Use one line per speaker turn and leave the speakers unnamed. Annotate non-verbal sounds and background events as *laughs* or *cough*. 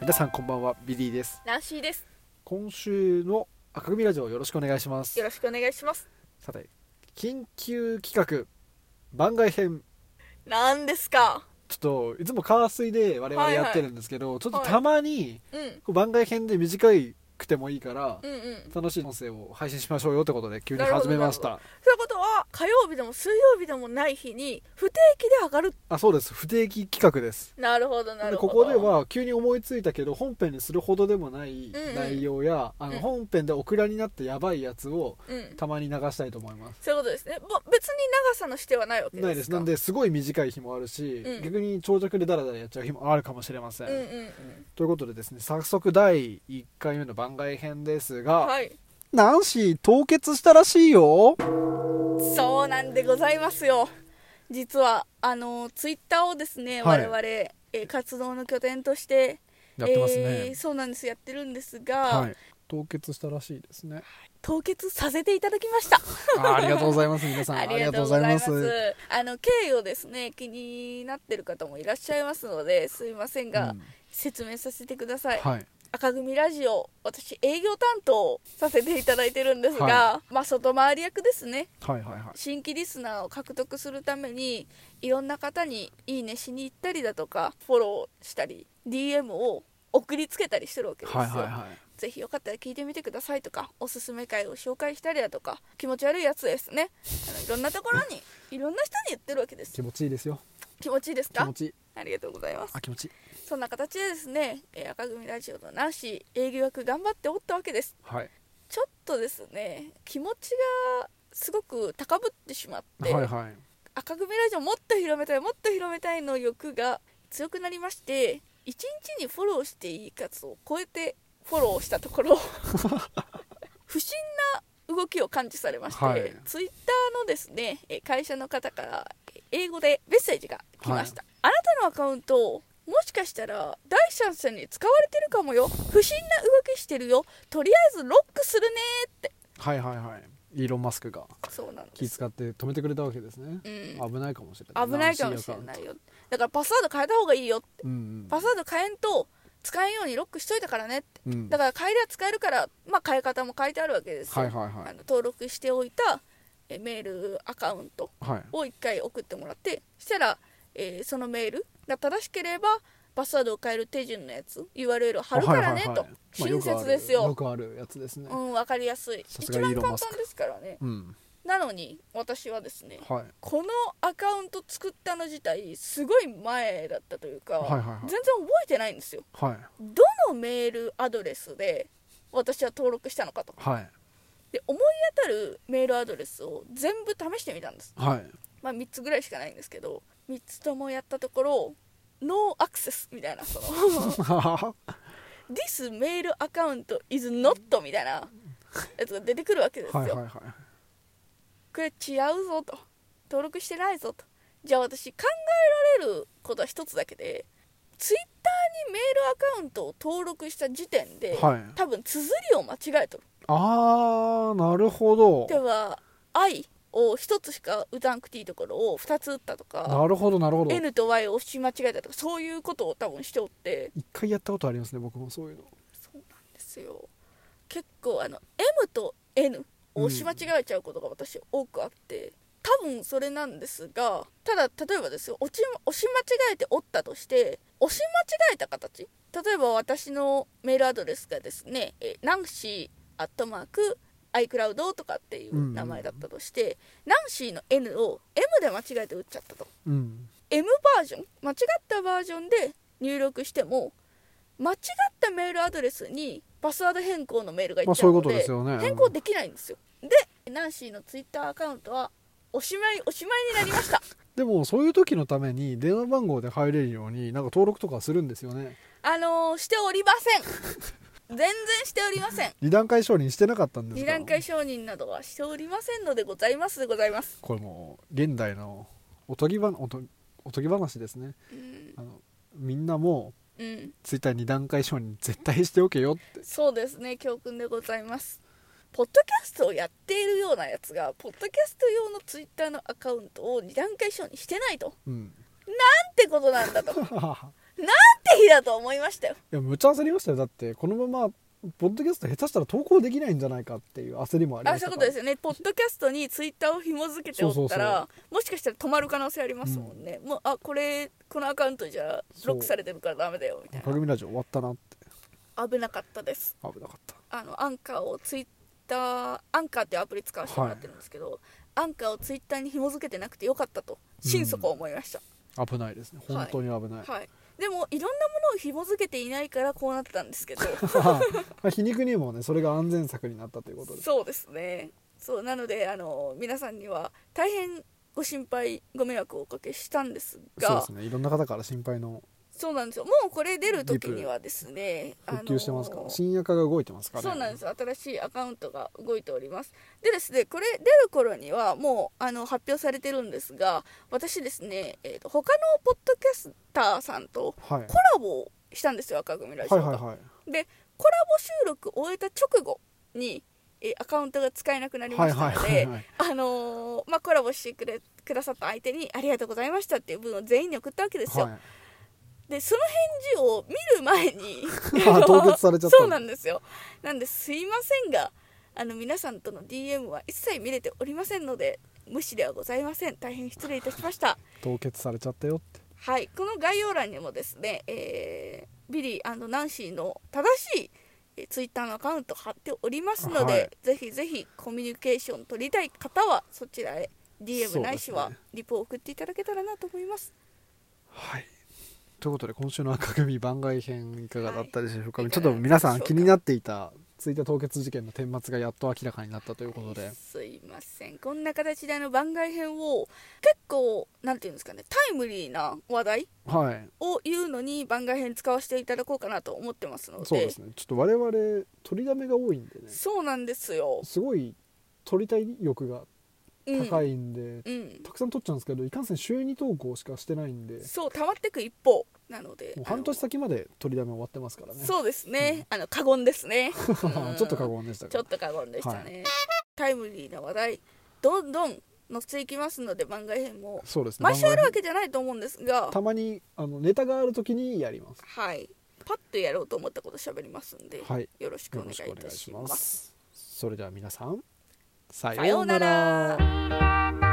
皆さんこんばんはビリーです
ナンシーです。
今週の赤組ラジオよろしくお願いします
よろしくお願いします。
さて緊急企画番外編
なんですか。
ちょっといつもカースイで我々やってるんですけど、ちょっとたまに
うん。
こう番外編で短くてもいいから
うんうん。
楽しい音声を配信しましょうよってことで急に始めまし
な
た
ということは火曜日でも水曜日でもない日に不定期で上がる。
あそうです不定期企画です
なるほどな
で
るほ
こ
ど。
こで。は急に思いついたけど本編にするほどでもない
うんうん
内容や、あ
う
の
ん
本編でオクラになってやばいやつを
うん。
たまに流したいと思います、
そういうことですね。ぼ別に長さの指定はないわけですか。
ないですなん。ですごい短い日もあるし、
うん
逆に長尺でダラダラやっちゃう日もあるかもしれません、
うんうんうん。
ということでですね早速第1回目の番外編ですが、
はい。
ナンシー凍結したらしいよ
そうなんでございますよ。実はあのツイッターをですね、
はい
我々、えー活動の拠点として
やってますね、
えーそうなんですやってるんですが、
はい凍結したらしいです
*laughs*
ね
凍結させていただきました。
あありがとうございます *laughs* 皆さん
あ
あ
り
り
が
が
と
と
う
うご
ござ
ざ
い
い
ま
ますす
あの経緯をですね気になってる方もいらっしゃいますのですいませんが、
うん
説明させてください、
はい
赤組ラジオ私営業担当をさせていただいてるんですが、
は
まあ外回り役ですね
はいはいはい
新規リスナーを獲得するためにいろんな方に「いいね」しに行ったりだとかフォローしたり DM を送りつけたりしてるわけですよ、
はいはいはい
ぜひよかったら聞いてみてくださいとかおすすめ会を紹介したりだとか気持ち悪いやつですねあのいろんなところ
*laughs*
にいろんな人に言ってるわけです
気持ちいいですよ
気持ちいいです
気
か
持ちいい
ありがとうございます
あ気持ちいい
そんな形でですね、えー赤組ラジオのナンシー営業役頑張っておったわけです
はい
ちょっとですね気持ちがすごく高ぶってしまって、
はいはい
赤組ラジオもっと広めたいもっと広めたいの欲が強くなりまして1日にフォローしていい数を超えてフォローしたと
*laughs*
ころ不審な動きを感知されまして、
はい
ツイッターのですねえ会社の方からえ英語でメッセージが来ました、あなたのアカウントもしかしたら第三者に使われてるかもよ不審な動きしてるよとりあえずロックするねって
はいはいはいイーロン・マスクが
そうなんで
気
す、
使って止めてくれたわけですね
う、ん、
危ないかもしれない
危ないか
ナン
もしれ
シーアカウン
な
ト
いよだからパスワード変えた方がいいよ
うんうん
パスワード変えんと使えんようにロックしといたからねって
うん
だから変えりゃ使えるから、まあ、変え方も書いてあるわけです
は
よ、
いはいは
あの登録しておいたえメールアカウント
いはい
を1回送ってもらってしたら、えーそのメールが正しければパスワードを変える手順のやつ URL を貼るからね
はいはいはい
と、
まあ
親切ですよ,、
よくあるよくあるやつですね
うん分かりやすい
さ
一
すがイー
番
ロン
簡
マスク
単ですからね
うん
なのに私はですね
はい
このアカウント作ったの自体すごい前だったというか、
はいはいはい
全然覚えてないんですよ
はい
どのメールアドレスで私は登録したのかと
はい
で思い当たるメールアドレスを全部試してみたんです、
はい
まあ、3つぐらいしかないんですけど3つともやったところノーアクセスみたいなその *laughs* This メールアカウント is not みたいなやつが出てくるわけですよ、
はいはいはい
これ違うぞと登録してないぞとじゃあ私考えられることは一つだけでツイッターにメールアカウントを登録した時点で、
はい
多分綴りを間違えとる
あーなるほど
では「I」を一つしか打たんくていいところを二つ打ったとか
なるほどなるほ
「
ど
N」と「Y」を押し間違えたとかそういうことを多分しておって
一回やったことありますね僕もそういうの
そうなんですよ結構あの「M」と「N」を押し間違えちゃうことが私多くあって、多分それなんですがただ例えばですよ押し押し間違えておったとして押し間違えた形例えば私のメールアドレスがですね「えーナンシー」「アットマーク」iCloud とかっていう名前だったとして、ナンシーの N を M で間違えて打っちゃったと
うん
M バージョン間違ったバージョンで入力しても間違ったメールアドレスにパスワード変更のメールがい
ま
っ
あ
ちゃ
そうい
う
う
の
こ
で,、
とですよね
変更できないんですよでナンシーのツイッターアカウントはおしまいおしまいになりま
*laughs*
した
でもそういう時のために電話番号で入れるようになんか登録とかするんですよね
あのーしておりません全然しておりません
二段階承認してなかったんです
二
か
段階承認などはしておりませんのでございますでございます
これもう現代のおとぎばおとおとぎ話ですね
うん、
あのみんなも
うん、
ツイッター二段階承認絶対しておけよって
そうですね教訓でございますポッドキャストをやっているようなやつがポッドキャスト用のツイッターのアカウントを2段階承認してないと
うん *laughs*
なんてことなんだと
ははは
て日だと思いましたよ
いやむっちゃ焦りましたよだってこのままポッドキャスト下手したら投稿できないんじゃないかっていう焦りもあり
あ
まし
そう
た
いう
から
ことですよねポッドキャストにツイッターを紐付けておったら
そう
もしかしたら止まる可能性ありますもんね、もうあこれこのアカウントじゃ
そう
ロックされてるからダメだよみたい
鏡ラジオ終わったなって
な危なかったです
危なかった
あのアンカーをツイッターアンカーっていうアプリ使わせてもらってるんですけど、アンカーをツイッターに紐付けてなくてよかったと心底思いました、
危ないですね
は
本
い
当に危ない、
はいでもいろんなものを紐付けていないからこうなったんですけ
*laughs*
ど
まあ皮肉にもねそれが安全策になったということで
そうですねそうなのであの皆さんには大変ご心配ご迷惑をおかけしたんですが
そうですねいろんな方から心配の
そうなんですよもうこれ出る時にはですね
復旧してますから、
あの
新赤が動いてますから、ね、
そうなんですよ新しいアカウントが動いておりますでですねこれ出る頃にはもうあの発表されてるんですが私ですね、えー、と他のポッドキャスターさんと
はい
コラボをしたんですよ赤組ラジオ
はい
が、
はいはい
でコラボ収録を終えた直後に、えーアカウントが使えなくなりま
はい
した
はい
の
はい
で
はい
あのーまあコラボしてくれくださった相手にありがとうございましたっていう分を全員に送ったわけですよ、
はい
でその返事を見る前に
*laughs* あ凍結されちゃった
そうなんですよなんですいませんがあの皆さんとの DM は一切見れておりませんので無視ではございません大変失礼いたしました
凍結されちゃったよって
はいこの概要欄にもですね、えービリーナンシーの正しいえーツイッターのアカウント貼っておりますので、
はい
ぜひぜひコミュニケーション取りたい方はそちらへ DM ないし
そう
は
です
リポを送っていただけたらなと思います
はいということで今週の赤組番外編いかがだったでしょうか、
はい
ちょっと皆さ
い
ん
かがだったでしょうか
気になっていたツイッター凍結事件の顛末がやっと明らかになったということで、
すいませんこんな形であの番外編を結構なんていうんですかねタイムリーな話題
はい
を言うのに番外編使わせていただこうかなと思ってますので
そうですねちょっと我々取りだめが多いんでね
そうなんですよ、
すごい取りたい欲が
うん、
高いんで、
うん
たくさん取っちゃうんですけどいかんせん週2投稿しかしてないんで
そう溜まってく一方なので
もう半年先まで取りだめ終わってますから
あ
ね
のそうですね、あの過言ですね
*laughs* ちょっと過言でした
ち
か
ょっと過言でしたね、タイムリーな話題どんどん載せていきますので番外編も
そうですね
毎週あるわ
番
けじゃないと思うんですが
外たまにあのネタがある時にやります
はいパッとやろうと思ったこと喋りますんで、
はい
よろしく
よ
お願
ろしく
いい
お
た
願いし
し
ま
ます。
すそれでは皆さんさ
さようなら。